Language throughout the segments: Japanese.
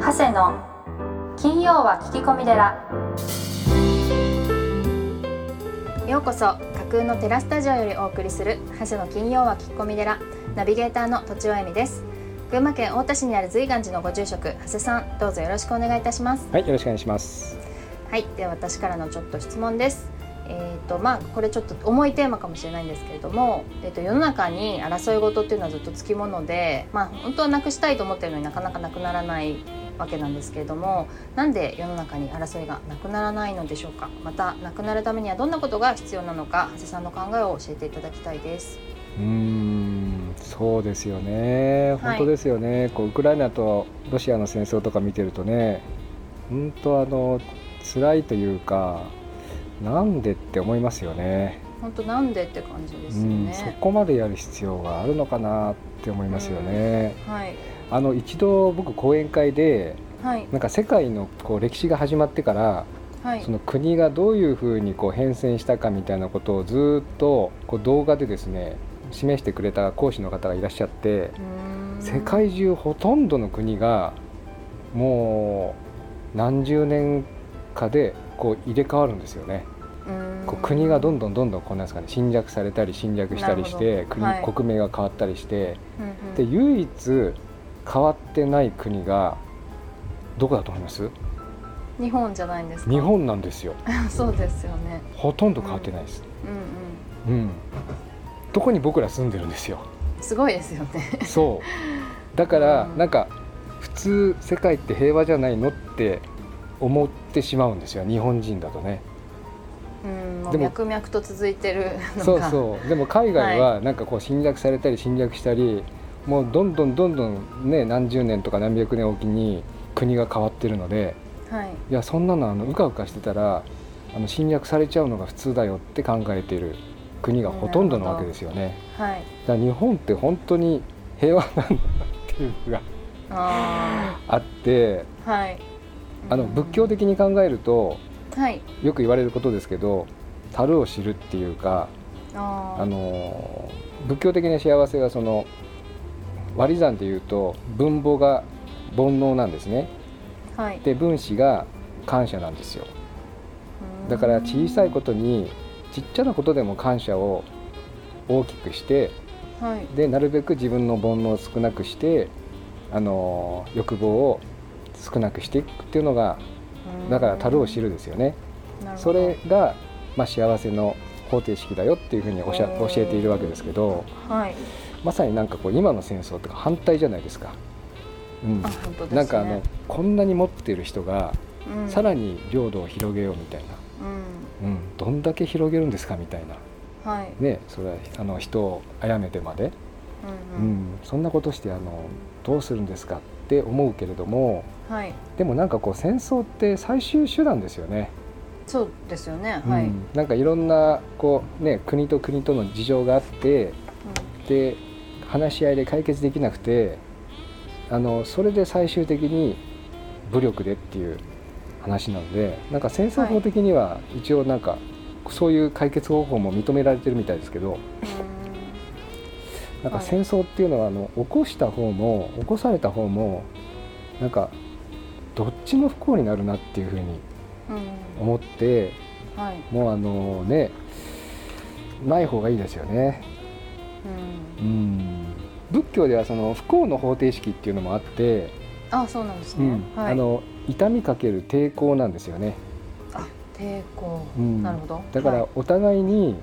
長谷の金曜は聞き込み寺ようこそ架空のテラスタジオよりお送りする長谷の金曜は聞き込み寺ナビゲーターの土地尾恵美です群馬県太田市にある随岩寺のご住職長谷さんどうぞよろしくお願いいたしますはい、よろしくお願いします。はいでは私からのちょっと質問ですえーとまあ、これちょっと重いテーマかもしれないんですけれども、えー、と世の中に争い事っていうのはずっとつきもので、まあ、本当はなくしたいと思ってるのになかなかなくならないわけなんですけれどもなんで世の中に争いがなくならないのでしょうかまたなくなるためにはどんなことが必要なのか長谷さんの考えを教えていただきたいです。うーん、そうですよね。はい本当ですよね。こうウクライナとロシアの戦争とか見てるとね、本当あの辛いというか、なんでって思いますよね。本当なんでって感じですようん、そね。こまでやる必要があるのかなって思いますよね。はい、あの一度僕講演会ではい、なんか世界のこう歴史が始まってからはいそ、の国がどういうふうにこう変遷したかみたいなことをずーっとこう動画でですね示してくれた講師の方がいらっしゃってうーん世界中ほとんどの国がもう何十年かでこう入れ替わるんですよね。うーんこう国がどんどんどんどんこうなんですかね侵略されたり侵略したりしなてるほど国,、はい国名が変わったりしてうんうんで唯一変わってない国がどこだと思います日本じゃないんですか日本なんですよそうですよねほとんど変わってないです。うんうん、どこに僕ら住んでるんですようんすごいですよねそうだからうんなんか普通世界って平和じゃないのって思ってしまうんですよ日本人だとねうんもうでも脈々と続いてるそのうがそうでも海外はなんかこう侵略されたり侵略したりもうどんどんどんどんね何十年とか何百年おきに国が変わってるのではいいやそんなのあのうかうかしてたらあの侵略されちゃうのが普通だよって考えてる国がほとんどなわけですよね。はいだから日本って本当に平和なんだなっていうのがああってーはいあのうん仏教的に考えるとはいよく言われることですけど樽を知るっていうかあーあの仏教的な幸せがその割り算でいうと分母が煩悩なんですねはいで分子が感謝なんですよだから小さいことにちっちゃなことでも感謝を大きくしてとはいでなるべく自分の煩悩を少なくしてあの欲望を少なくしていくっていうのがだから樽を知るですよねなるほそどれが、まあ、幸せの方程式だよっていうふうにおしゃお教ーえているわけですけどはいまさになんかこう今の戦争とか反対じゃないですか、うんあ本当ですねなんかあのこんなに持ってる人がうんさらに領土を広げようみたいな、うんうん、どんだけ広げるんですかみたいな、はいね、それはあの人を殺めてまでううんん、そんなことしてあのどうするんですかって思うけれどもうんはいでもなんかこう戦争って最終手段ですよね、そうですよねはいうんなんかいろんなこう、ね、国と国との事情があってで話し合いで解決できなくてあのそれで最終的に武力でっていう話なのでなんか戦争法的には一応なんかそういう解決方法も認められてるみたいですけどうんうんなんか戦争っていうのはあの起こした方も起こされた方もなんかどっちも不幸になるなっていうふうにうん思ってはいもうあのねない方がいいですよね。うんうん仏教ではその不幸の方程式っていうのもあって、あそうなんですうねんはいあの痛みかける抵抗なんですよね。あ抵抗うんなるほどだかはらいお互いに、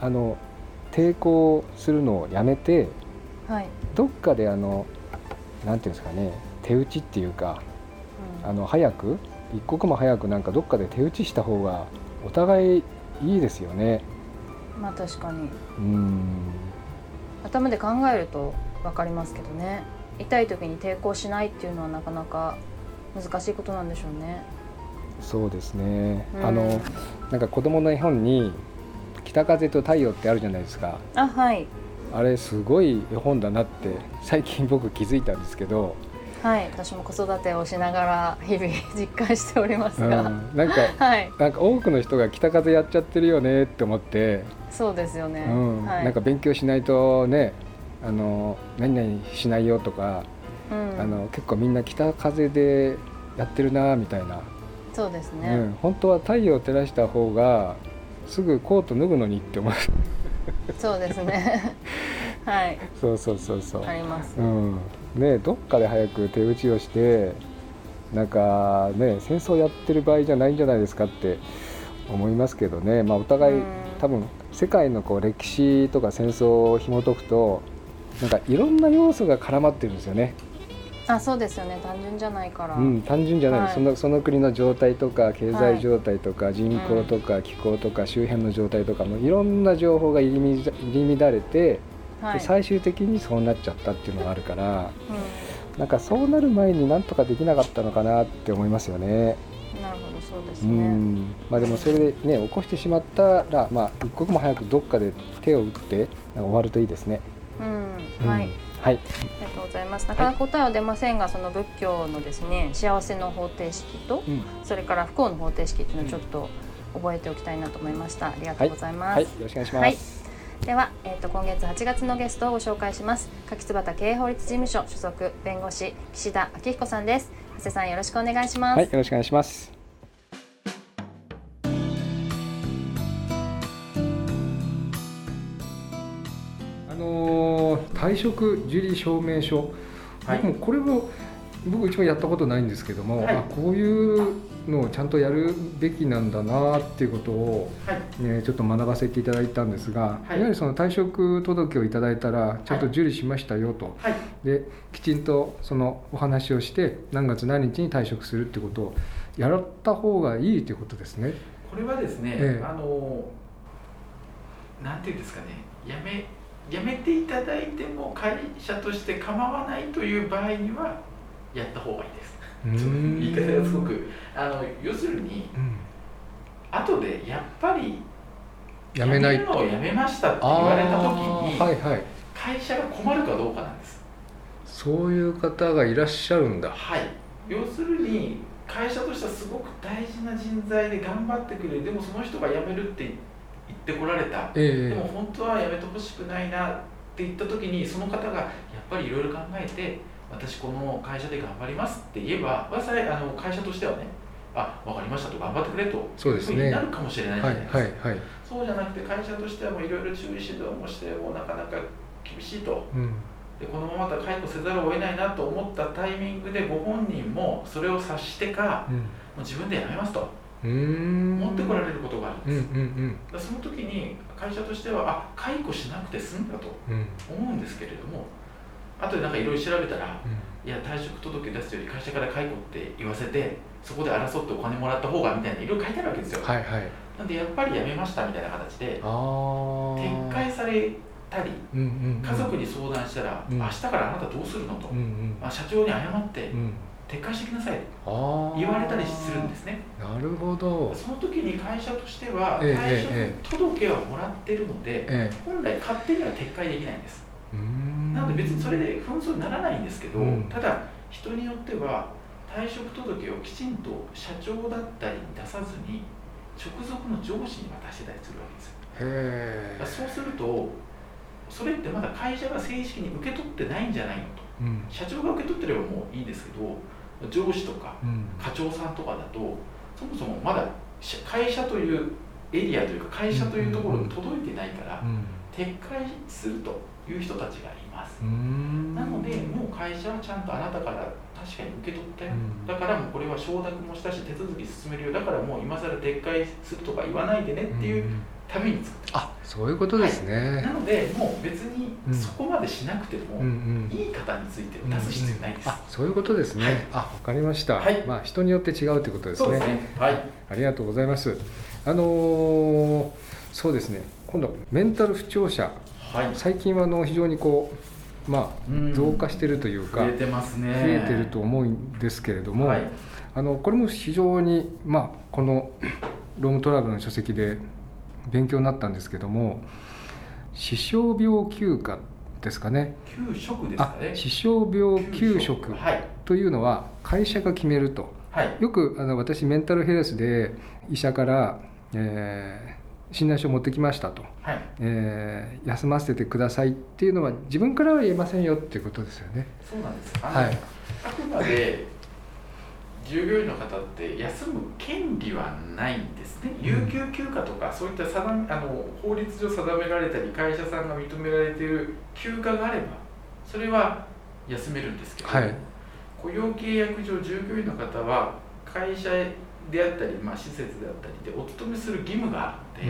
あの抵抗するのをやめてはいどっかであのなんていうんですかね手打ちっていうかうんあの早く一刻も早くなんかどっかで手打ちした方がお互いいいですよね。まあ確かにうん頭で考えると分かりますけどね痛い時に抵抗しないっていうのはなかなか難しいことなんでしょうね。そうですね、うんあのなんか子供の絵本に「北風と太陽」ってあるじゃないですかあはいあれすごい絵本だなって最近僕気づいたんですけど、はい私も子育てをしながら日々実感しておりますうん、が、なんかはいなんか多くの人が北風やっちゃってるよねって思って、そうですよね。うんはい、なんか勉強しないとねあの何々しないよとかうんあの結構みんな北風でやってるなみたいな、そうですね、うん、本当は太陽を照らした方がすぐコート脱ぐのにって思う そうですねはいそうそうそうそう、ありますうんね、どっかで早く手打ちをしてなんかね戦争やってる場合じゃないんじゃないですかって思いますけどね、まあ、お互い、うん多分世界のこう歴史とか戦争を紐解くとなんかいろんな要素が絡まってるんですよね、あそうですよね単純じゃないから、うん、単純じゃない、はいそのその国の状態とか経は済い状態とか人口とか気候とか周辺の状態とかもいろんな情報が入り乱入り乱れて、はでい、最終的にそうなっちゃったっていうのがあるから。うなんかそうなる前になんとかできなかったのかなって思いますよね。ん、なるほどそうですうね、んまあ、でもそれでね起こしてしまったら、まあ、一刻も早くどっかで手を打ってなんか終わるといいですね。う、うんんはい、はあい、りがとうございます。なかなか答えは出ませんが、その仏教のですね、幸せの方程式と、うんそれから不幸の方程式っていうのをちょっと覚えておきたいなと思いました。ありがとうございます。はい、よろしくお願いします。はいでは、えっ、と今月8月のゲストをご紹介します。柿椿経営法律事務所所属弁護士岸田明彦さんです。長谷さんよろしくお願いします。はい、よろしくお願いします。あのー退職受理証明書、はい僕もこれも僕一番やったことないんですけども、はいあこういうのをちゃんとやるべきなんだなっていうことを、はい、ね、ちょっと学ばせていただいたんですが、はいい、わゆるその退職届をいただいたらちゃんと受理しましたよと、はい、できちんとそのお話をして何月何日に退職するってことをやった方がいいということですね。これはですね、ええあのなんていうんですかね、やめやめていただいても会社として構わないという場合にはやった方がいいです。うちょっとん言い方がすごくあの要するにうん後でやっぱりやめないやめるとのをやめましたって言われた時あーはにいはい会社が困るかどうかなんです。そういう方がいらっしゃるんだはい。要するに会社としてはすごく大事な人材で頑張ってくれるでもその人が辞めるって言ってこられたでもえ本当はやめてほしくないなって言った時にその方がやっぱりいろいろ考えて私この会社で頑張りますって言えばまあそれあの会社としてはねあ分かりましたと頑張ってくれとそうですねいふになるかもしれなえいじゃはないいですか、はいはい、そうじゃなくて会社としてはもういろいろ注意指導もしてもうなかなか厳しいとうん、でこのままだと解雇せざるを得ないなと思ったタイミングでご本人もそれを察してかもう自分でやめますとうん、うーん持ってこられることがあるんうんうです、んだからその時に会社としてはあ解雇しなくて済んだとうんうん思うんですけれども後でなんかいろいろ調べたらいや退職届出すより会社から解雇って言わせてそこで争ってお金もらった方がみたいないろいろ書いてあるわけですよ、はいはいなんでやっぱり辞めましたみたいな形であ撤あ回されたりうんうん家族に相談したら、うん明日からあなたどうするのと、うんうんあ社長に謝ってうん撤回してきなさいとあー言われたりするんですねなるほどその時に会社としてはえええ退職届はもらってるのでえ本来勝手には撤回できないんですえうーんなので別にそれで紛争にならないんですけど、うんただ人によっては退職届をきちんと社長だったりに出さずに直属の上司に渡してたりするわけですよへだえからそうするとそれってまだ会社が正式に受け取ってないんじゃないのとうん社長が受け取ってればもういいんですけど上司とかうん課長さんとかだとそもそもまだし会社というエリアというか会社というところに届いてないから撤回するという人たちがいますうんなのでもう会社はちゃんとあなたから確かに受け取ったよ、うんだからもうこれは承諾もしたし手続き進めるよだからもう今更撤回するとか言わないでねっていうために作ってまあそういうことですす、ね、なのでもう別にうんそこまでしなくてうんもうんいい方については出す必要ないです、あそういうことですね、はいあわかりました、はいまあ人によって違うということですねそうですねはいありがとうございますあのーそうですね今度メンタル不調者はい最近はあの非常にこうまうんあ増加してるというか、増えてますね増えてると思うんですけれども、はいあのこれも非常に、まあ、この ロームトラブルの書籍で勉強になったんですけども視床病休暇ですかね給食ですかあね視床病休職はいというのは会社が決めるとはいよくあの私メンタルヘルスで医者から、えー診断書を持ってきましたと、はいえー休ませてくださいっていうのは自分からは言えませんよっていうことですよね。そうなんです。あのはい、あくまで従業員の方って休む権利はないんですね、有給休暇とか、そういった定めあの法律上定められたり、会社さんが認められている休暇があれば、それは休めるんですけど、はい雇用契約上、従業員の方は会社であったり、まあ、施設であったりで、お勤めする義務があって、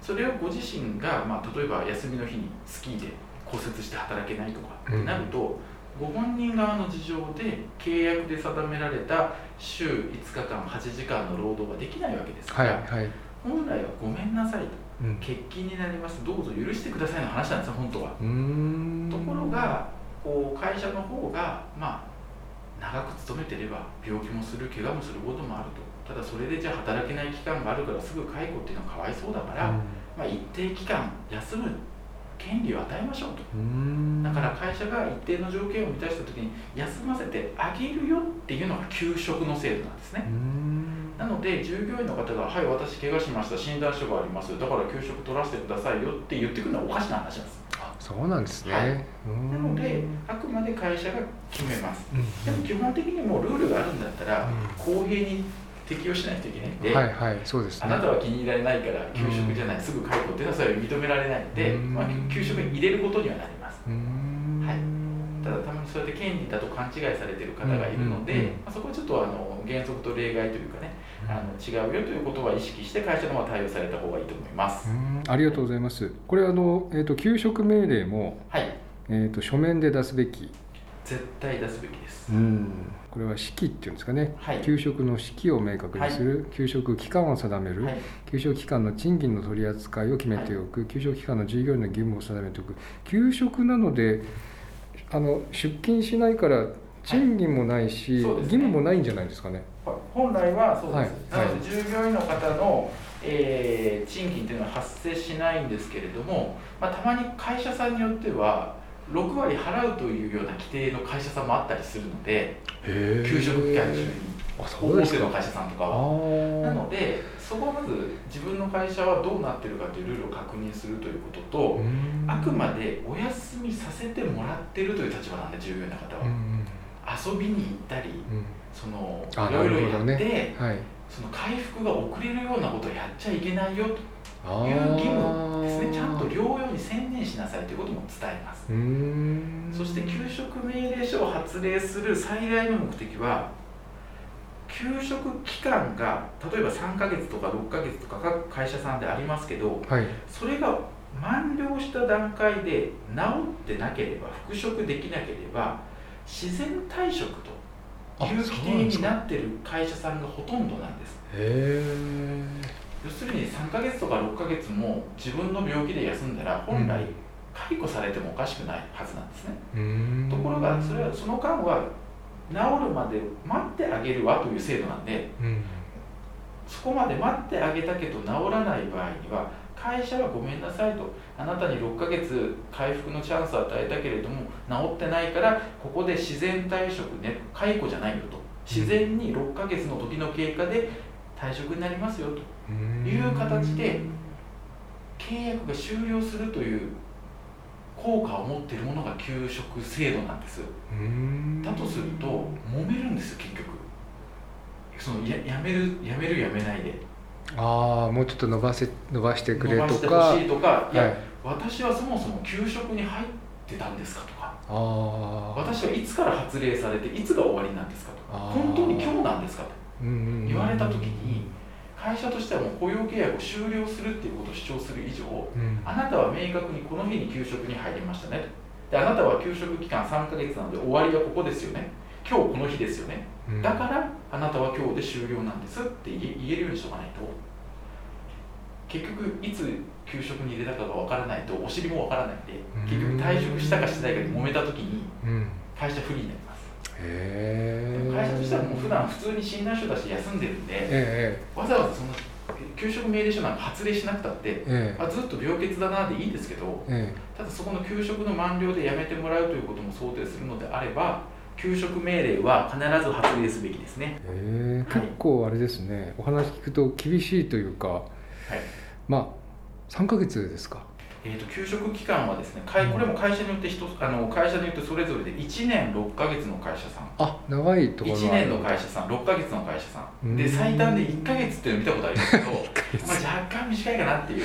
それをご自身が、まあ、例えば休みの日にスキーで骨折して働けないとかってなると、ご本人側の事情で契約で定められた週5日間8時間の労働ができないわけですかはいら、はい、本来はごめんなさいとうん欠勤になりますどうぞ許してくださいの話なんですよ本当は。うーんところがこう会社の方がまあ長く勤めてれば病気もする怪我もすることもあるとただそれでじゃあ働けない期間があるからすぐ解雇っていうのはかわいそうだから、まあ、一定期間休む権利を与えましょうとうんだから会社が一定の条件を満たした時に休ませてあげるよっていうのが給食の制度なんですうねんなので従業員の方が「はい私怪我しました診断書がありますだから給食取らせてくださいよ」って言ってくるのはおかしな話なんですそうなんですね、はいうんなのであくまで会社が決めますうんでも基本的にもうルールがあるんだったらう公平に適用しないといけないんで、はいはいそうですあねなたは気に入られないから給食じゃない、すぐ解雇っていうのはそれは認められないんで、うんまあ、給食に入れることにはなりますうーんはいただたまにそうやって権利だと勘違いされてる方がいるので、うんうんうんまあ、そこはちょっとあの原則と例外というかね、あの違うよということは意識して会社の方は対応された方がいいと思います、うんありがとうございますこれあの、えー、と給食命令も、はいえー、と書面で出すべき、絶対出すべきです、これは式っていうんですかねはい給食の式を明確にする、給食期間を定める、はい給食期間の賃金の取り扱いを決めておく、給食期間の従業員の義務を定めておく給食なのであの出勤しないから賃金もないし、はいそうです義ね務もないんじゃないですかね。本来はそうです、はいなので従業員の方の、えー賃金というのは発生しないんですけれども、まあ、たまに会社さんによっては6割払うというような規定の会社さんもあったりするので給食期間中にあそう大です手かの会社さんとかあは。ーなのでそこをまず自分の会社はどうなってるかというルールを確認するということうと、んあくまでお休みさせてもらってるという立場なんで従業員の方は、うん遊びに行ったりうんそのあいろいろなるほやどって、ねうんはいその回復が遅れるようなことをやっちゃいけないよとあいう義務ーですねちゃんと療養に専念しなさいということも伝えますうーんそして給食命令書を発令する最大の目的は給食期間が例えば3ヶ月とか6ヶ月とか各会社さんでありますけどはいそれが満了した段階で治ってなければ復職できなければ自然退職という規定になっている会社さんがほとんどなんですへえ要するに3ヶ月とか6ヶ月も自分の病気で休んだら本来うん解雇されてもおかしくないはずなんですね、とところがそれはその間は治るまで待ってあげるわという制度なんでうんそこまで待ってあげたけど治らない場合には会社はごめんなさいとあなたに6ヶ月回復のチャンスを与えたけれども治ってないからここで自然退職ね解雇じゃないよと自然に6ヶ月の時の経過で退職になりますよとうんいう形で契約が終了するという効果を持っているものが給食制度なんですうんだとすると揉めるんですよ結局そのややめるやめるやめないでああもうちょっと伸ばせ伸ばしてくれ伸ばとしてかほしいとか、いや、はい私はそもそも給食に入ってたんですかとか、あ私はいつから発令されて、いつが終わりなんですかとか、あー本当に今日なんですかと、ー言われた時に会社としてはもう雇用契約を終了するっていうことを主張する以上、うんあなたは明確にこの日に給食に入りましたねと、であなたは給食期間3ヶ月なので、終わりはここですよね、今日この日ですよね。うんだからあなたは今日で終了なんですって言え言えるようにしとかないと結局いつ給食に入れたかがわからないとお尻もわからないんで結局退職したかしてないかで揉めた時にうん会社不利になりますへえ会社としてはもう普段普通に診断書出して休んでるんでえわざわざそんな給食命令書なんか発令しなくたってえええあずっと病欠だなでいいんですけどえただそこの給食の満了でやめてもらうということも想定するのであれば給食命令は必ず発令すべきですねえええはい結構あれですねお話聞くと厳しいというかはいまあ3ヶ月ですかえー、と休職期間はですね会これも会社によって一つあの会社によってそれぞれで1年6ヶ月の会社さんあ長いところ1年の会社さん6ヶ月の会社さんでうん最短で1ヶ月っていうの見たことありますけ ど、まあ、若干短いかなっていう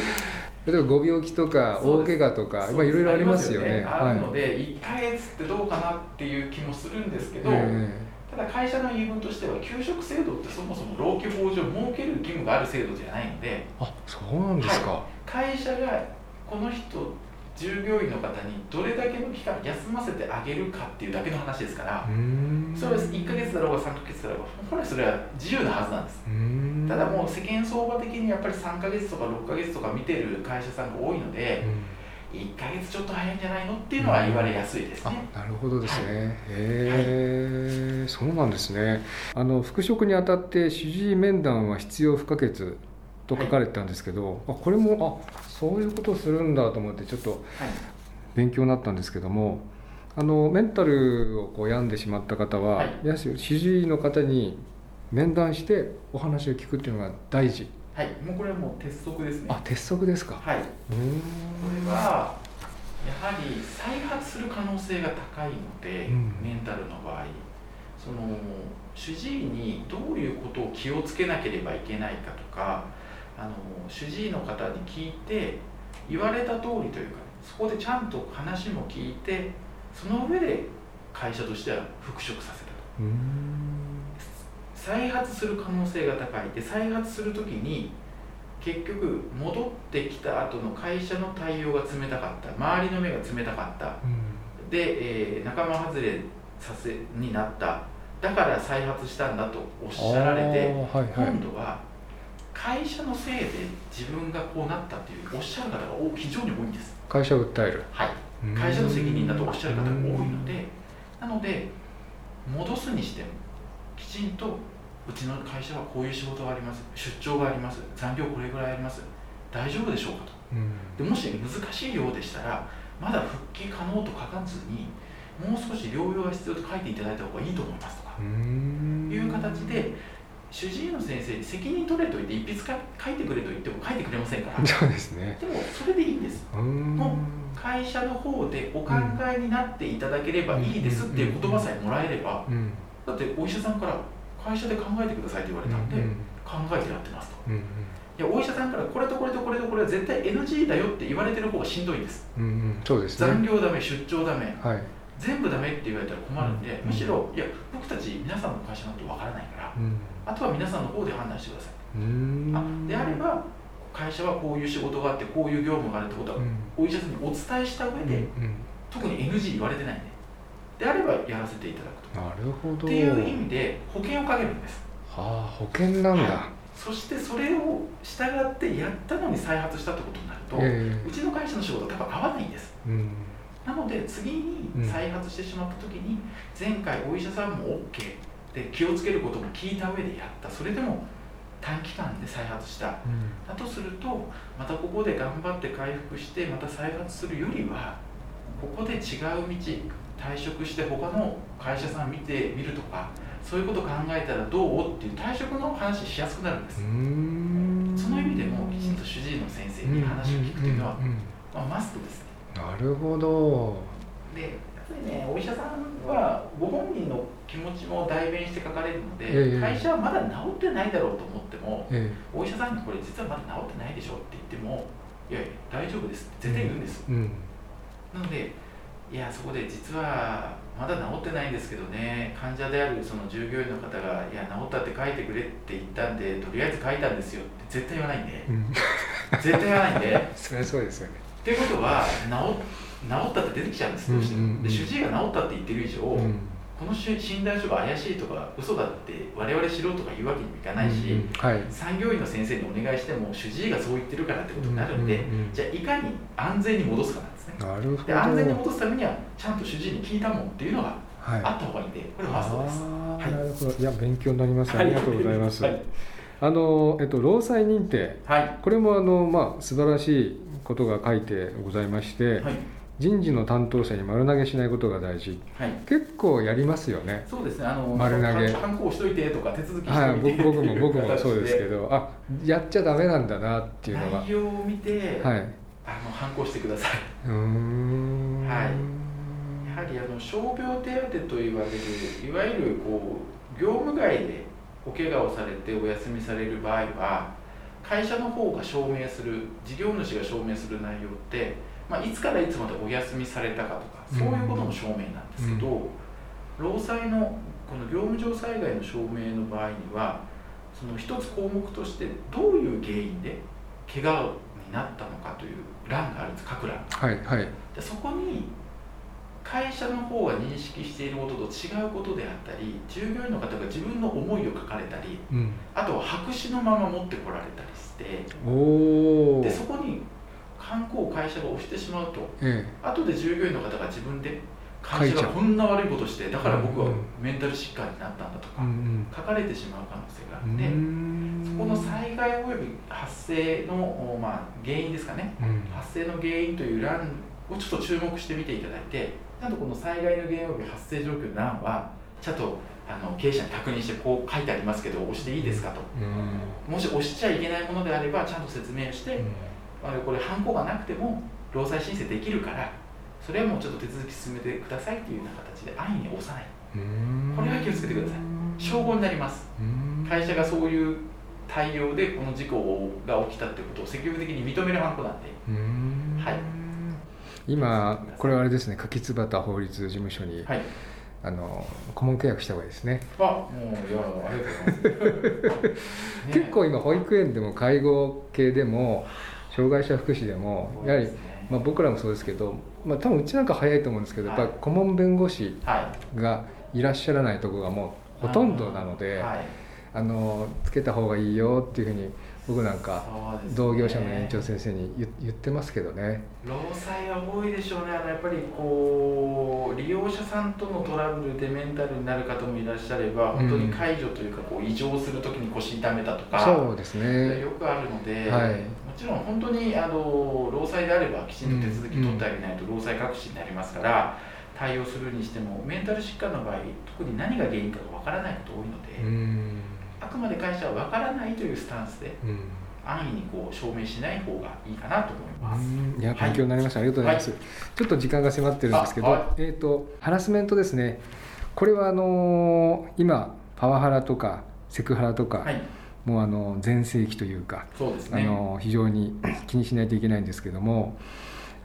例えばご病気とかそう大で怪す我とかまあいろいろありますよねあるのいで、1ヶ月ってどうかなっていう気もするんですけど、えただ会社の言い分としては給食制度ってそもそも労基法上設ける義務がある制度じゃないのでえあそうなんですか、会社がこの人従業員の方にどれだけの期間休ませてあげるかっていうだけの話ですからう、んそれは1ヶ月だろうが3ヶ月だろうが本来それは自由なはずなんですうんただもう世間相場的にやっぱり3ヶ月とか6ヶ月とか見てる会社さんが多いのうでん1ヶ月ちょっと早いんじゃないのっていうのは言われやすいですあね、なるほどですね、へえそうなんですねあの復職にあたって主治医面談は必要不可欠と書かれてたんですけど、あこれもあそういうことするんだと思ってちょっとはい勉強になったんですけどもあのメンタルをこう病んでしまった方は、はいやはり主治医の方に面談してお話を聞くっていうのが大事はい、もうこれはもう鉄則ですねあ鉄則ですかはいこうーんれはやはり再発する可能性が高いので、うんメンタルの場合その主治医にどういうことを気をつけなければいけないかとかあの主治医の方に聞いて言われた通りというかそこでちゃんと話も聞いてその上で会社としては復職させたとうーん再発する可能性が高いで再発するときに結局戻ってきた後の会社の対応が冷たかった周りの目が冷たかったうんで、えー仲間外れさせになっただから再発したんだとおっしゃられてあーはいはい今度は会社のせいで自分がこうなったっていうおっしゃる方が多非常に多いんです、会社を訴えるはい、会社の責任だとおっしゃる方が多いのでなので戻すにしてもきちんとうちの会社はこういう仕事があります出張があります残業これぐらいあります大丈夫でしょうかとうんでもし難しいようでしたらまだ復帰可能と書かずにもう少し療養が必要と書いていただいた方がいいと思いますとかうーんいう形で主治医の先生に責任取れと言って一筆か書いてくれと言っても書いてくれませんからでそうですねもそれでいいんですうーんも会社の方でお考えになっていただければいいですっていう言葉さえもらえればうんだってお医者さんから会社で考えてくださいって言われたんでうん考えてやってますとうんいやお医者さんからこれとこれとこれとこれは絶対 NG だよって言われてる方がしんどいんですうんうんうんそうです残ね業ダメ出張ダメはい全部ダメって言われたら困るんでうんむしろいや僕たち皆さんの会社なんてわからないからうんあとは皆さんの方で判断してくださいうーんあであれば会社はこういう仕事があってこういう業務があるってことはうんお医者さんにお伝えした上うんうでん特に NG 言われてないんでであればやらせていただくとなるほどっていう意味で保険をかけるんですはあ保険なんだそしてそれを従ってやったのに再発したってことになると、えうちの会社の仕事は多分合わないんですえうんなので次うんに再発してしまった時に前回お医者さんも OK で気をつけることも聞いた上でやったそれでも短期間で再発したうんだとするとまたここで頑張って回復してまた再発するよりはここで違う道退職して他の会社さん見てみるとかそういうこと考えたらどうっていう退職の話しやすくなるんですうー、んその意味でもきちんと主治医の先生に話を聞くというのは、んんうんまあ、マストですねなるほどでやっぱりねお医者さんはご本人の気持ちも代弁して書かれるので、ええ会社はまだ治ってないだろうと思ってもえお医者さんにこれ実はまだ治ってないでしょって言ってもいやいや大丈夫ですって絶対言うんです、えうんなのでいやそこで実はまだ治ってないんですけどね患者であるその従業員の方が「いや治ったって書いてくれ」って言ったんでとりあえず書いたんですよって絶対言わないんでうん絶対言わ ないんでっそれはそうですよねていうことは治治ったって出てきちゃうんですどうしてもうんうんうんで主治医が治ったって言ってる以上、うんこの診診断書が怪しいとか嘘だって我々知ろうとか言うわけにもいかないし、うんうんはい産業医の先生にお願いしても主治医がそう言ってるからってことになるんで、うんうんうんじゃあいかに安全に戻すかなんですねなるほでど安全に戻すためにはちゃんと主治医に聞いたもんっていうのがはいあった方がいいんでこれマストですあーはいなるほど。いや勉強になります。はあいりがとうございます。はいあのえっと労災認定はいこれもあのまあ素晴らしいことが書いてございまして、はい人事の担当者に丸投げしないことが大事はい結構やりますよねそうですねあの丸投げ反抗しといてとか手続きしはいといて僕僕も僕 もそうですけっどあやっちゃダメなんだなってていいううの形が内容を見て、はいあの反抗してくださいうーんはいやはりあの傷病手当と言われるいわゆるこう業務外でお怪我をされてお休みされる場合は会社の方が証明する事業主が証明する内容って、まあ、いつからいつまでお休みされたかとかそういうことの証明なんですけど、労災のこの業務上災害の証明の場合にはその一つ項目としてどういう原因で怪我になったのかという欄があるんです各欄。はいはいでそこに会社の方が認識していることと違うことであったり従業員の方が自分の思いを書かれたりうんあとは白紙のまま持ってこられたりしておおでそこに観光を会社が押してしまうとえ後で従業員の方が自分で書会いちゃう社がこんな悪いことしてだから僕はうんうんメンタル疾患になったんだとえうかん書かれてしまう可能性があうんうっーてんそこの災害および発生の、おまあ、原因ですかねうん発生の原因という欄をちょっと注目してみていただいてなんとこの災害の原因及び発生状況の欄はちゃんとあの経営者に確認してこう書いてありますけど押していいですかとうんもし押しちゃいけないものであればちゃんと説明をして、あのこれハンコがなくても労災申請できるからそれはもうちょっと手続き進めてくださいというような形で安易に押さないうんこれは気をつけてください証拠になりますうん会社がそういう対応でこの事故が起きたということを積極的に認めるハンコなんでうーんはい今これはあれですね柿椿法律事務所に、はいあの顧問契約した方がいいですねあ、もう、いや、ありがとうございます。ね結構今保育園でも介護系でも障害者福祉でもやはり、、まあ、僕らもそうですけど、まあ、多分うちなんか早いと思うんですけどやっぱはい顧問弁護士はがいらっしゃらないとこがもい、うほとんどなのではい、あのつけた方がいいよっていうふうに僕なんかそうですね同業者の園長先生に言言ってますけどね。労災は多いでしょうね、あのやっぱりこう、利用者さんとのトラブルでメンタルになる方もいらっしゃれば、うん本当に解除というか、こう異常するときに腰痛めたとか、そうですねよくあるので、はいもちろん本当にあの労災であればきちんと手続き取ってあげないと労災隠しになりますから、対応するにしてもメンタル疾患の場合特に何が原因かがわからないことが多いのうで、んあくまで会社はわからないというスタンスでうん安易にこう証明しない方がいいかなと思います。うんいやはい勉強になりました、ありがとうございます、ちょっと時間が迫ってるんですけど、あはえっ、とハラスメントですねこれはあのー今パワハラとかセクハラとか、はい、もうあの全盛期というか、そうですあね。の非常に気にしないといけないんですけども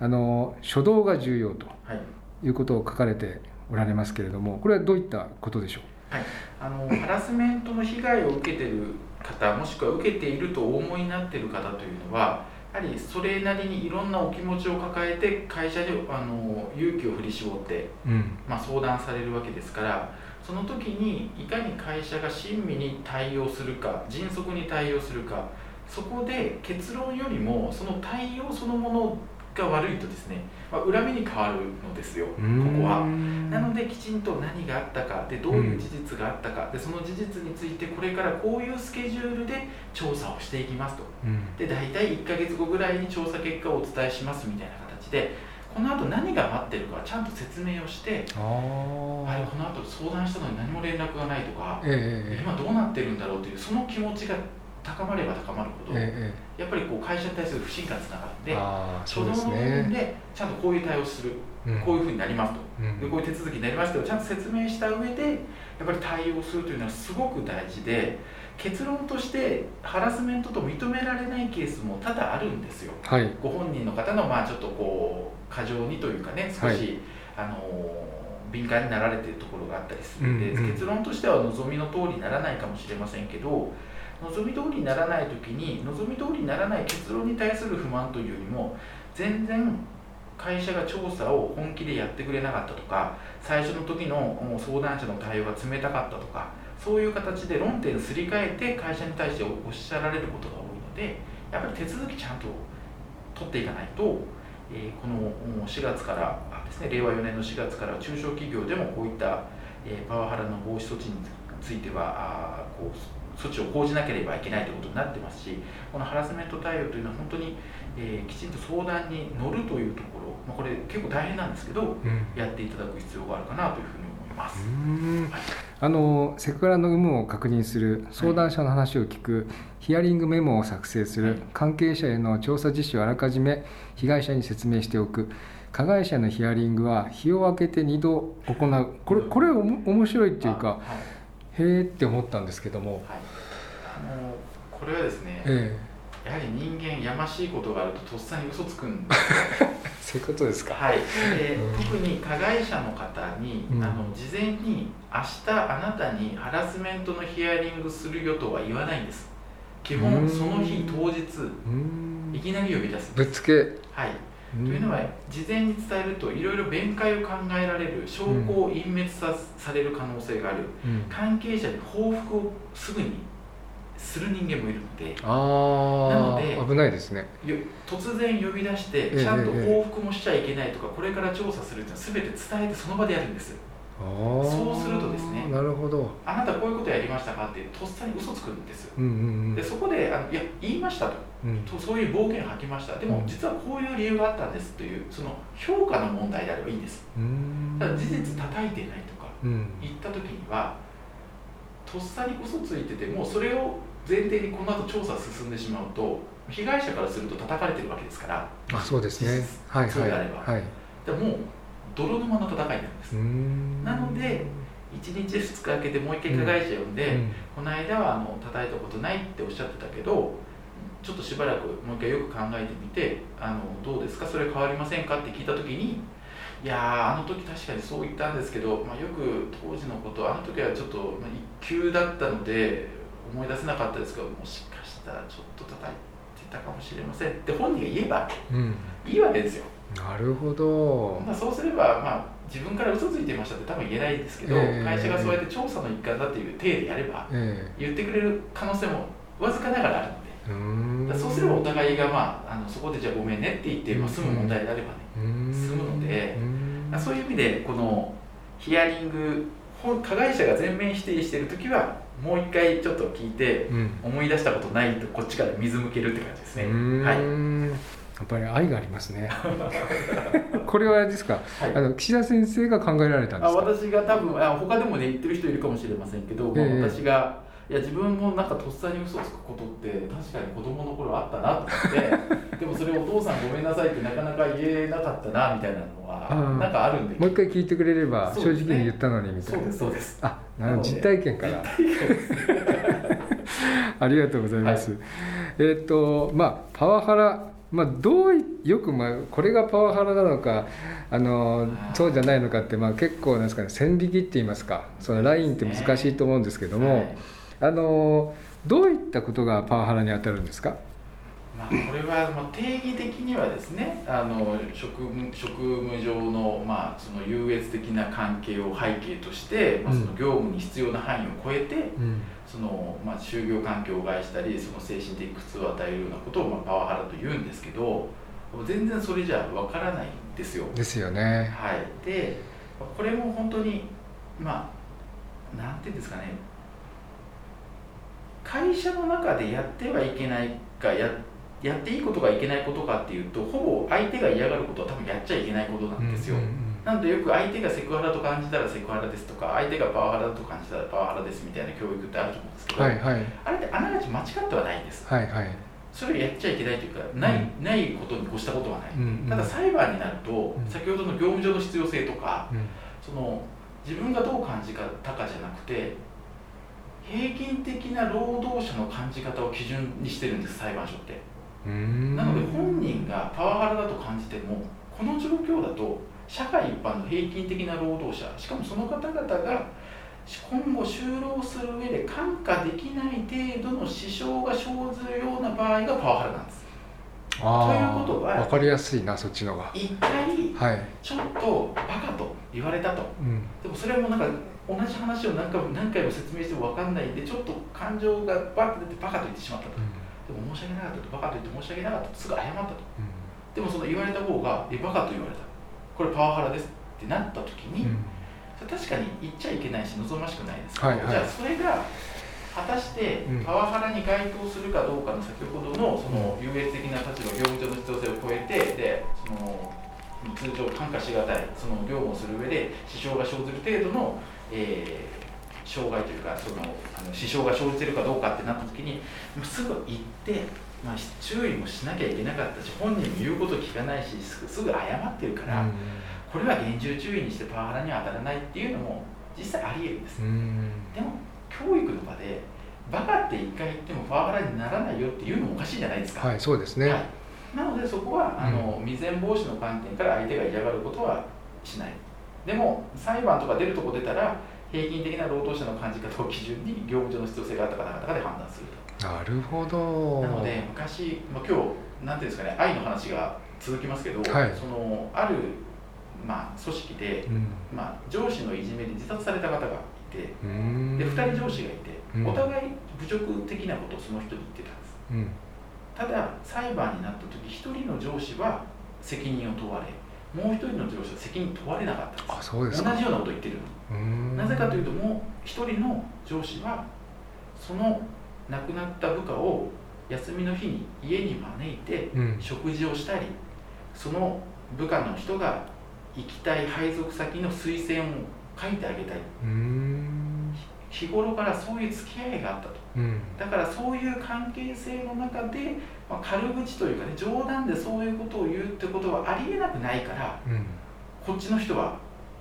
あの初動が重要とはい、いうことを書かれておられますけれどもこれはどういったことでしょあのハラスメントの被害を受けている方もしくは受けているとお思いになっている方というのはやはりそれなりにいろんなお気持ちを抱えて会社であの勇気を振り絞って、う、うんまあ、相談されるわけですからその時にいかに会社が親身に対応するか迅速に対応するかそこで結論よりもその対応そのものが悪いとですね、まあ、恨みに変わるのですよここは。なのできちんと何があったかでどういう事実があったか、でその事実についてこれからこういうスケジュールで調査をしていきますとうんで大体1ヶ月後ぐらいに調査結果をお伝えしますみたいな形でこの後何が待ってるかちゃんと説明をしてああれーこの後相談したのに何も連絡がないとかええ今どうなってるんだろうというその気持ちが高まれば高まるえほえど、えやっぱりこう会社に対する不信感がつながるんえでああ初そうで動のす部ね、分でちゃんとこういう対応する、うんこういうふうになりますと。うんでこういう手続きになりますけどちゃんと説明した上でやっぱり対応するというのはすごく大事で結論としてハラスメントと認められないケースも多々あるんですよはいご本人の方のまあちょっとこう過剰にというかね少し、はいあのー敏感になられているところがあったりするので、うんうん結論としては望みの通りにならないかもしれませんけど望み通りにならない時に望み通りにならない結論に対する不満というよりも全然会社が調査を本気でやってくれなかったとか最初の時のもう相談者の対応が冷たかったとかそういう形で論点すり替えて会社に対しておっしゃられることが多いのでやっぱり手続きちゃんと取っていかないと、えーこのもう4月からあですね令和4年の4月から中小企業でもこういった、えーパワハラの防止措置についてはあーこう措置を講じなければいけないということになってますしこのハラスメント対応というのは本当に、えーきちんと相談に乗るというところ、まあ、これ結構大変なんですけどうんやっていただく必要があるかなというふうに思いまうす。んあのセクハラの有無を確認する相談者の話を聞く、ヒアリングメモを作成する、はい関係者への調査実施をあらかじめ被害者に説明しておく加害者のヒアリングは日を明けて2度行うこれこれおも面白いっていうあかはいへえって思ったんですけども、はい、あのこれはですね、えやはり人間やましいことがあるととっさに嘘つくんですえ、そういうことですが、か。はいでうん特に加害者の方に、うんあの事前に明日あなたにハラスメントのヒアリングするよとは言わないんです基う本んその日当日うーんいきなり呼び出すぶっつけはい、とというのは事前に伝えるといろいろ弁解を考えられる証拠を隠滅さされる可能性がある関係者に報復をすぐにする人間もいるのであなのあ危ないですね。よ突然呼び出してええちゃんと報復もしちゃいけないとか、これから調査するっていうのは全て伝えてその場でやるんですそそうするとですねなるほど。あなたこういうことやりましたかってとっさに嘘つくんですようんうんでそこであのいや言いましたとうんうん。とそういう暴言を吐きましたでも実はこういう理由があったんですというその評価の問題であればいいんですうーんただ事実叩いてないとかうん言った時にはとっさに嘘ついててもうそれを前提にこの後調査進んでしまうと被害者からすると叩かれてるわけですからあそうです事ね実。はいそうはいであればはい。でもう泥沼の戦いなんですうーんなので1日2日空けてもう一回加害者呼んで、うんこの間はあの叩いたことないっておっしゃってたけどちょっとしばらくもう一回よく考えてみてあのどうですかそれ変わりませんかって聞いた時にいやーあの時確かにそう言ったんですけど、まあ、よく当時のことあの時はちょっと、まあ、一級だったので思い出せなかったですけどもしかしたらちょっと叩いてたかもしれませんって本人が言えばうんいいわけですよなるほど。まあ、そうすれば、まあ、自分から嘘ついてましたって多分言えないですけど、ええ会社がそうやって調査の一環だっていう体でやればえ言ってくれる可能性もわずかながらあるのでえ。うーんだからそうすればお互いが、まあ、あのそこでじゃあごめんねって言って、まあ、済む問題であればね、うーん済むのでうーんまあそういう意味でこのヒアリングほん加害者が全面否定してる時はもう一回ちょっと聞いてうん思い出したことないとこっちから水向けるって感じですね。うーんはいやっぱり愛がありますね。 これはあれですか、はいあの岸田先生が考えられたんであすか。私が多分あ他でもね言ってる人いるかもしれませんけど、ええまあ、私がいや自分もなんかとっさに嘘をつくことって確かに子供の頃あったなと 思ってでもそれお父さんごめんなさいってなかなか言えなかったなみたいなのうはんなんかあるんでもう一回聞いてくれればそう正で直すねに言ったのにみたいそな。うですそうですあ、なるほどなので実体験から。 ありがとうございます。えーっ、とまあパワハラまあどういよくまあこれがパワハラなのかあのあーそうじゃないのかってまあ結構なんですかね線引きって言いますかそのラインって難しいと思うんですけども、はいあのどういったことがパワハラに当たるんですか。まあ、これはまあ定義的にはですねあの職務職務上の,、まあその優越的な関係を背景として、まあ、その業務に必要な範囲を超えて、うんその、まあ、就業環境を害したりその精神的苦痛を与えるようなことを、まあ、パワハラと言うんですけど全然それじゃわからないんですよ。ですよね。はい、でこれも本当にまあなんていうんですかね会社の中でやってはいけないかややっていいことがいけないことかっていうとほぼ相手が嫌がることは多分やっちゃいけないことなんですよ。うんうんなのでよく相手がセクハラと感じたらセクハラですとか相手がパワハラだと感じたらパワハラですみたいな教育ってあると思うんですけうんど、はいはいあれってあながち間違ってはないんですはいはい。それをやっちゃいけないというかない,、ないことに越したことはない、うんうんただ裁判になると、ん先ほどの業務上の必要性とかうんその自分がどう感じたかじゃなくて平均的な労働者の感じ方を基準にしてるんです裁判所ってうーんなので本人がパワハラだと感じてもこの状況だと社会一般の平均的な労働者しかもその方々が今後就労する上で感化できない程度の支障が生ずるような場合がパワハラなんですあーということはわかりやすいなそっちのが。一回はい。ちょっとバカと言われたとうんでもそれもなんか同じ話を何回も何回も説明しても分かんないんでちょっと感情がバッと出てバカと言ってしまったとうんでも申し訳なかったとバカと言って申し訳なかったとすぐ謝ったとでもその言われた方が「えバカ」と言われたこれパワハラですってなった時うに、んそれ確かに言っちゃいけないし望ましくないですけど、はいはいじゃあそれが果たしてうんパワハラに該当するかどうかの先ほどのその優越的な立場業務上の必要性を超えてでその通常感化しがたいその業務をする上で支障が生ずる程度の、えー障害というかそのあの支障が生じてるかどうかってなった時にもうすぐ行って、まあ、し注意もしなきゃいけなかったし本人も言うこと聞かないしすぐすぐ謝ってるから、これは厳重注意にしてパワハラには当たらないっていうのも実際ありえるんです、でも教育の場でバカって一回言ってもパワハラにならないよっていうのもおかしいじゃないですか、はいそうですはいねなのでそこはあの、未然防止の観点から相手が嫌がることはしないでも裁判とか出るとこ出たら平均的な労働者の感じ方を基準に業務上の必要性があったかなかったかで判断するとなるほどなので昔、まあ、今日なんていうんですかね愛の話が続きますけど、はいそのある、まあ、組織で、うんまあ、上司のいじめで自殺された方がいてうんで2人上司がいて、うんお互い侮辱的なことをその人に言ってたんですうんただ裁判になった時一人の上司は責任を問われもう一人の上司は責任問われなかったんであそうですす同かじようなこと言ってるのに、ななぜかというともう一人の上司はその亡くなった部下を休みの日に家に招いてうん食事をしたりその部下の人が行きたい配属先の推薦を書いてあげたりうん日頃からそういう付き合いがあったと。うんだからそういう関係性の中で、まあ、軽口というかね冗談でそういうことを言うってことはありえなくないからうんこっちの人は、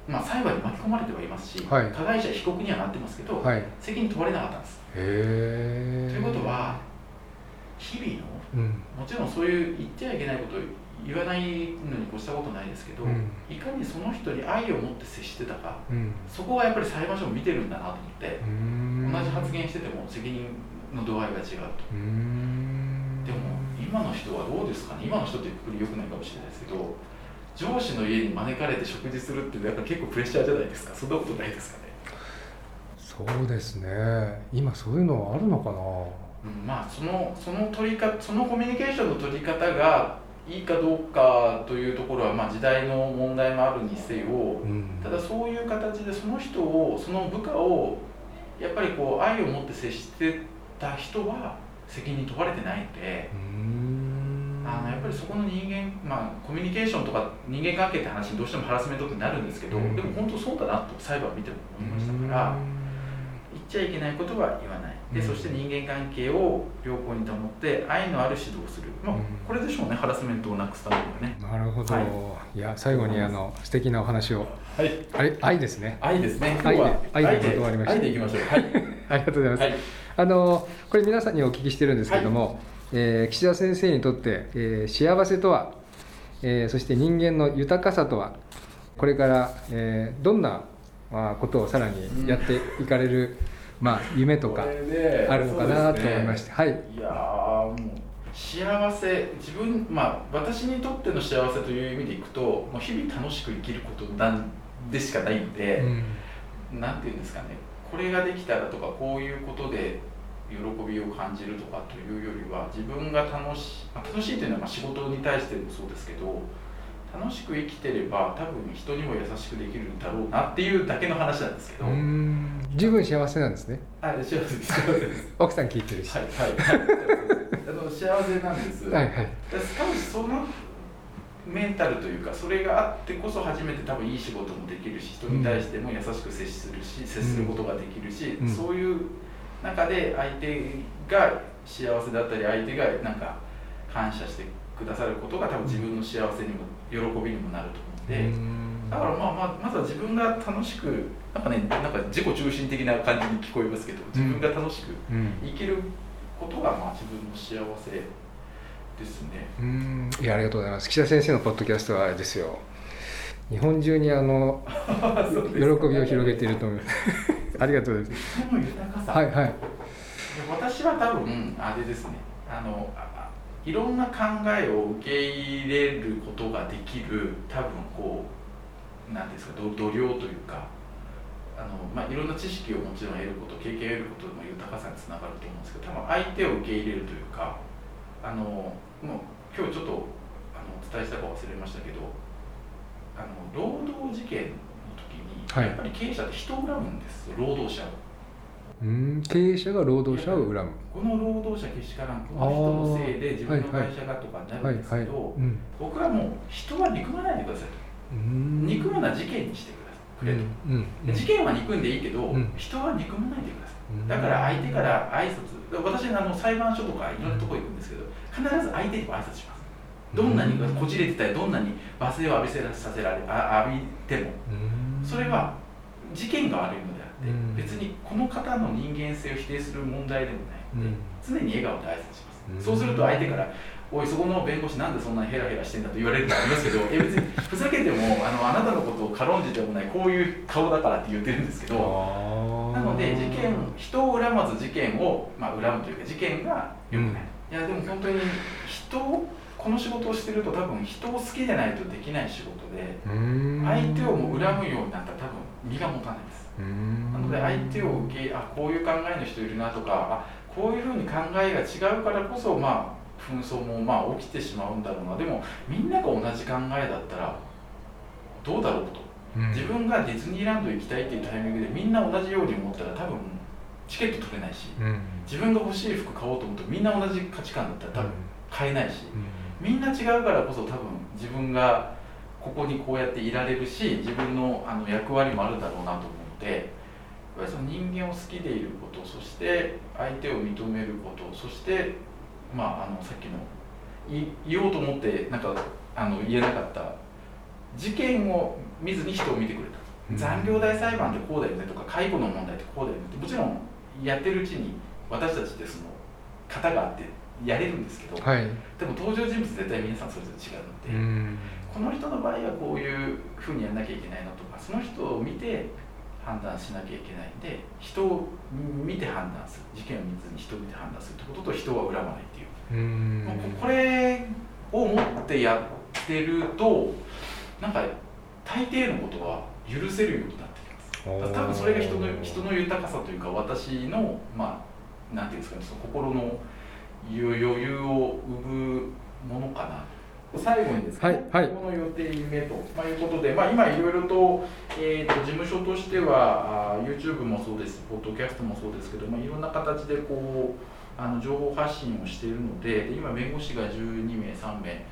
まあ、裁判に巻き込まれてはいますし、はい加害者被告にはなってますけど、はいへ責任問われなかったんです。えということは日々のうんもちろんそういう言ってはいけないことを言わないのに越したことないですけど、うんいかにその人に愛を持って接してたかうんそこがやっぱり裁判所も見てるんだなと思ってう、ん同じ発言してても責任の度合いが違うと。うんでも今の人はどうですかね今の人ってくくり良くないかもしれないですけど上司の家に招かれて食事するってなんか結構プレッシャーじゃないですかそんなことないですかね、そうですね今そういうのあるのかうん、まあそのその取りかそのコミュニケーションの取り方がいいかどうかというところは、まあ、時代の問題もあるにせよなうんただそういう形でその人をその部下をやっぱりこう愛を持って接してた人は責任問われてないので。うんあのやっぱりそこの人間、まあ、コミュニケーションとか人間関係って話にどうしてもハラスメントってなるんですけど、うんでも本当そうだなと裁判を見ても思いましたから、言っちゃいけないことは言わないで、うんそして人間関係を良好に保って愛のある指導をする、まあうん、これでしょうねハラスメントをなくすためにはねなるほど、、はいや最後にあの素敵なお話をはいあれ愛ですね愛ですね今日は愛で愛で愛で断りました愛でいきましょうはい、ありがとうございます、はいあのこれ皆さんにお聞きしてるんですけども、えー岸田先生にとって、えー幸せとは、えーそして人間の豊かさとはこれから、えーどんなまあことをさらにやっていかれる、まあ、夢とかこれであるのかなと思いましそうですて、ねはいいやーもう幸せ自分まあ私にとっての幸せという意味でいくともう日々楽しく生きることなんでしかないのうで、んなんていうんですかねこれができたらとかこういうことで喜びを感じるとかというよりは自分が楽し,、まあ、楽しいというのはまあ仕事に対してもそうですけど楽しく生きてれば多分人にも優しくできるんだろうなっていうだけの話なんですけど、うん十分幸せなんですねあ幸せです幸せです奥さん聞いてるし、はいはいはいあの幸せなんです、はいはい多分そのメンタルというかそれがあってこそ初めて多分いい仕事もできるし人に対しても優しく接するし、接することができるし、うんそういう中で相手が幸せだったり相手がなんか感謝してくださることが多分自分の幸せにも喜びにもなると思うんで、うんだからまあまあまずは自分が楽しくなんかねなんか自己中心的な感じに聞こえますけど自分が楽しくうん生きることがまあ自分の幸せですね。 うんいやありがとうございます岸田先生のポッドキャストはあれですよ日本中にあのそうです喜びを広げていると思います ありがとうございま人の豊かすさ、はいはい私は多分あれですねあのあいろんな考えを受け入れることができる多分こうなんていうんですか度度量というかあの、まあ、いろんな知識をもちろん得ること経験を得ることの豊かさにつながると思うんですけど多分相手を受け入れるというかあのもう今日ちょっとあのお伝えしたか忘れましたけどあの労働事件の時に、はいやっぱり経営者って人を恨むんですよ労働者を。うん経営者が労働者を恨むこの労働者けしからんこの人のせいで自分の会社がとかになはるんいですけはいど、うん僕はもう人は憎まないでくださいとうん憎むな事件にしてくださいくれと、うんうんうん事件は憎んでいいけど、うん人は憎まないでくださいだから相手から挨拶私あの裁判所とかいろんなとこ行くんですけど必ず相手にも挨拶しますどんなにこじれてたりどんなに罵声を浴びせらさせられあ浴びてもうんそれは事件が悪いのであって、うん別にこの方の人間性を否定する問題でもないので、うん常に笑顔で挨拶します、うんそうすると相手から「おいそこの弁護士なんでそんなにヘラヘラしてんだ」と言われると思 いますけどいや別にふざけてもあのあなたのことを軽んじてもないこういう顔だからって言ってるんですけどあーなので事件人を恨まず事件を、まあ、恨むというか事件が良くない、いやでも本当に人をこの仕事をしてると多分人を好きでないとできない仕事で、うん相手をもう恨むようになったら多分身が持たないですうんなので相手を受けあこういう考えの人いるなとかあこういうふうに考えが違うからこそまあ紛争もまあ起きてしまうんだろうなでもみんなが同じ考えだったらどうだろうとうん自分がディズニーランド行きたいっていうタイミングでみんな同じように思ったら多分チケット取れないしうん自分が欲しい服買おうと思ってもみんな同じ価値観だったら多分買えないしうんみんな違うからこそ多分自分がここにこうやっていられるし自分のあの役割もあるだろうなと思うのでやっぱりその人間を好きでいることそして相手を認めることそして、まあ、あのさっきのい言おうと思ってなんかあの言えなかった事件を見ずに人を見てくれた、うん残業代裁判ってこうだよねとか介護の問題ってこうだよねってもちろんやってるうちに私たちってその型があってやれるんですけど、はいでも登場人物絶対皆さんそれぞれ違うので、んこの人の場合はこういうふうにやんなきゃいけないなとかその人を見て判断しなきゃいけないんで人を見て判断する事件を見ずに人を見て判断するってことと人は恨まないっていう、うんもうここれを持ってやってるとなんか大抵のことは許せるようになってきますだから多分それが人の人の豊かさというか私のまあなんていうんですかねその心の余余裕を生むものかな最後にですね、はいはいこの予定夢と、まあ、いうことで、まあ、今いろいろと,、えー、と事務所としてはあー YouTube もそうですポッドキャストもそうですけど、まあ、いろんな形でこうあの情報発信をしているのでで今弁護士が12名3名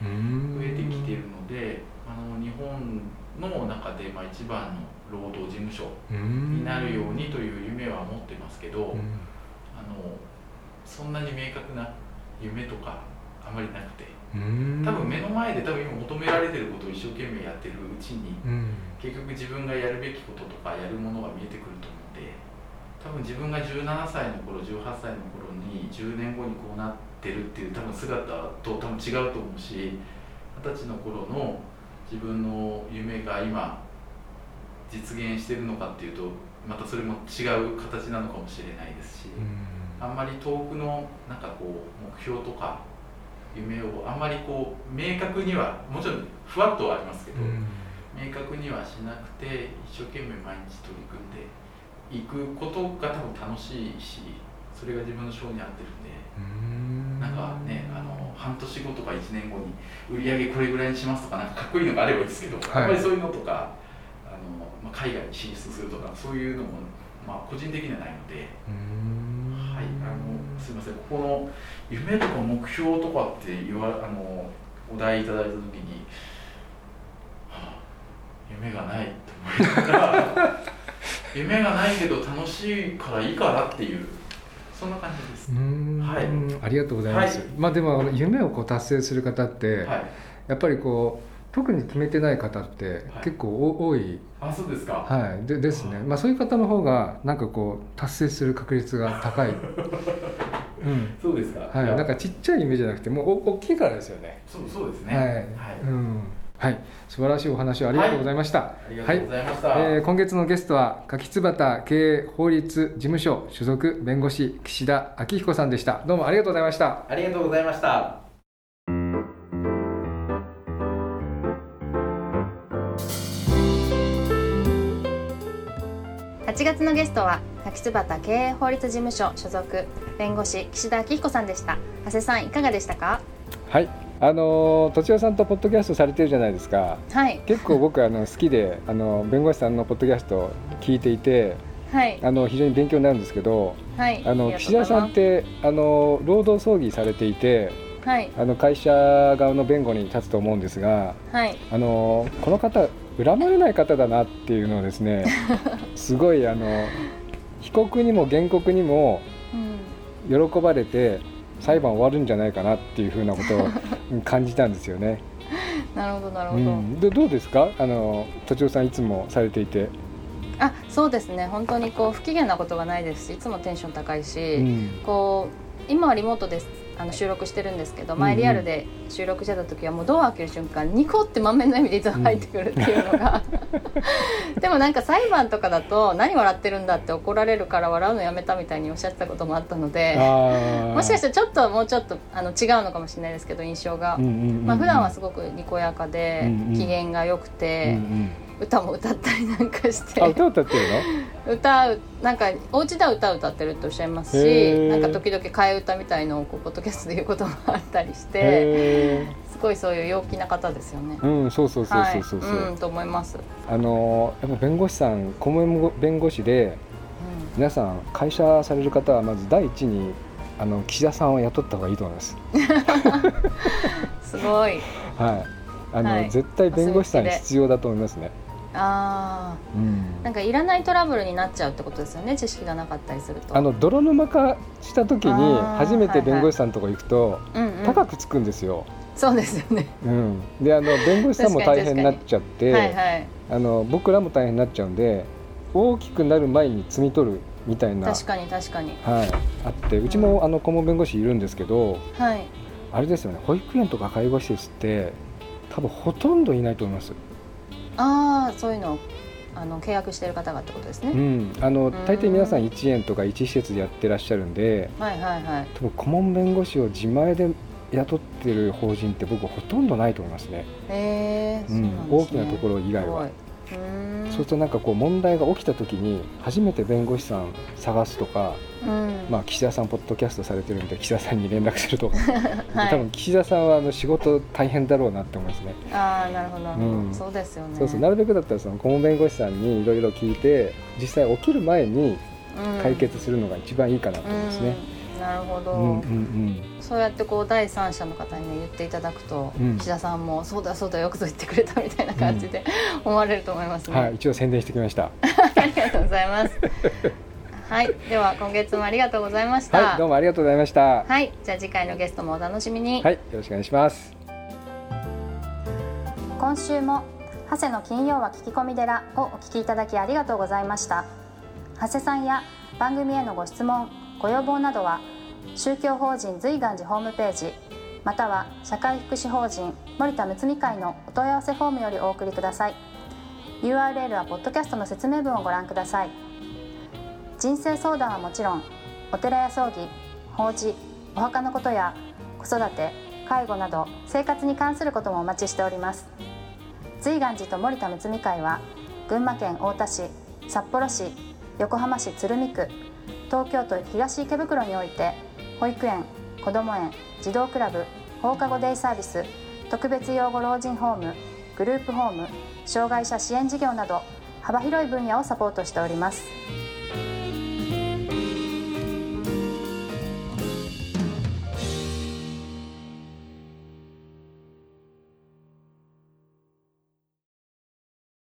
増えてきているのであの日本の中で、まあ、一番の労働事務所にになるようにという夢は持ってますけど、あのそんなに明確な夢とかあまりなくて多分目の前で多分今求められてることを一生懸命やってるうちにうん結局自分がやるべきこととかやるものが見えてくると思うんで多分自分が17歳の頃18歳の頃に10年後にこうなってるっていう多分姿と多分違うと思うし二十歳の頃の自分の夢が今実現してるのかっていうとまたそれも違う形なのかもしれないですし、あんまり遠くのなんかこう目標とか夢をあんまりこう明確にはもちろんふわっとはありますけど、明確にはしなくて一生懸命毎日取り組んでいくことが多分楽しいしそれが自分の性に合ってるんでうんなんかねあの半年後とか1年後に売り上げこれぐらいにしますとかなんかかっこいいのがあればいいですけど、はいやっぱりそういうのとかあの、まあ、海外に進出するとかそういうのも、まあ、個人的にはないので。うんはい、あのすみません、ここの夢とか目標とかって言わあのお題いただいたときに、はあ夢がないと思いながら、 夢がないけど楽しいからいいかなっていう、そんな感じです。うんはいありがとうございます、はいまあでもあの夢をこう達成する方って、はい、やっぱりこう特に決めてない方ってはい結構お多い、あ、そうですか。はい、でですね、まあ、そういう方の方がなんかこう達成する確率が高 い、うんそうですか。はい、やなんかちっちゃい夢じゃなくてもうお大きいからですよねそうそうですね。はい、はいうんはい、素晴らしいお話をありがとうございました、ありがとうございました。えー今月のゲストは柿椿経営法律事務所所属弁護士岸田明彦さんでしたどうもありがとうございましたありがとうございました。 8月のゲストは柿椿経営法律事務所所属弁護士岸田明彦さんでした長谷さんいかがでしたかはいあのとちおさんとポッドキャストされてるじゃないですかはい結構僕あの好きであの弁護士さんのポッドキャストを聞いていてはいあの非常に勉強になるんですけどはいあのりがとう岸田さんっございてあの労働争議されていてますはいあの会社側の弁護に立つと思うんですがはいあのこの方恨まれない方だなっていうのをで すねすごいあの被告にも原告にもうん喜ばれて裁判終わるんじゃないかなっていうふうなことを うん感じたんですよね。なるほどなるうほど、ん、でどうですかあの都庁さんいつもされていて。あそうですね本当にこう不機嫌なことがないですしいつもテンション高いし、うんこう今はリモートですあの収録してるんですけど前うんうんリアルで収録してた時はもうドア開ける瞬間ニコって満面の笑みでいつも入ってくるっていうの が、でもなんか裁判とかだと何笑ってるんだって怒られるから笑うのやめたみたいにおっしゃってたこともあったのであーもしかしたらちょっともうちょっとあの違うのかもしれないですけど印象が、うんうんうんうんまあ普段はすごくにこやかで、うんうん機嫌が良くて、うん歌も歌ったりなんかしてうん、あ歌を歌ってる 歌うなんかお家では歌を歌ってるっておっしゃいますへしーなんか時々替え歌みたいのをこうポッドキャストで言うこともあったりしのてへすごいそういう陽気な方ですよね。ーうんそうそうそうはそいうそうそう、うんと思います。あのやっぱ弁護士さん顧問弁護士で皆さん会社される方はまず第一にあの岸田さんを雇った方がいいと思います。うんすごいはい。あの、はい絶対弁護士さんお墨付きで必要だと思いますね。あうんーなんかいらないトラブルになっちゃうってことですよね知識がなかったりすると。あの泥沼化した時あにー初めて弁護士さんのとこ行くとうんうん高くつくんですよ。そうですよね。うん。であの弁護士さんも大変になっちゃっはいて、はいあの僕らも大変になっちゃうんで大きくなる前に摘み取るみたいな。確かに確かにはい、あってうちもあの顧問弁護士いるんですけど、はいあれですよね保育園とか介護施設って多分ほとんどいないと思います、ああそういうのをあの契約してる方がってことですうね。ん、あのん大抵皆さん1園とか1施設でやってらっしゃるんではいはいはい。多分顧問弁護士を自前で雇ってる法人って僕ほとんどないと思いますね、えーうそうなんでんすね、大きなところ以外はすごいうーんそうするとなんかこう問題が起きた時に初めて弁護士さん探すとか、うんまあ、岸田さんポッドキャストされてるんで岸田さんに連絡するとか、 はい多分岸田さんはあの仕事大変だろうなって思いますねああなるほどなるほど、うんそうですよねそうそうなるべくだったらその顧問弁護士さんにいろいろ聞いて実際起きる前にうん解決するのが一番いいかなと思いますね。うんなるほど、うんうんそうやってこう第三者の方にね言っていただくと、うん岸田さんもそうだそうだよくぞ言ってくれたみたいな感じで、 思われると思いますうん。ね、はい、一応宣伝してきました。 ありがとうございますはいでは今月もありがとうございましたはい、どうもありがとうございました。はいじゃあ次回のゲストもお楽しみに、はい、よろしくお願いします。今週も長谷の金曜は聞き込み寺をお聞きいただきありがとうございました長谷さんや番組へのご質問ご要望などは宗教法人随願寺ホームページまたは社会福祉法人森田睦美会のお問い合わせフォームよりお送りください URL はポッドキャストの説明文をご覧ください人生相談はもちろんお寺や葬儀法事お墓のことや子育て介護など生活に関することもお待ちしております瑞岩寺と森田睦美会は群馬県太田市札幌市横浜市鶴見区東京都東池袋において保育園こども園児童クラブ放課後デイサービス特別養護老人ホームグループホーム障害者支援事業など幅広い分野をサポートしております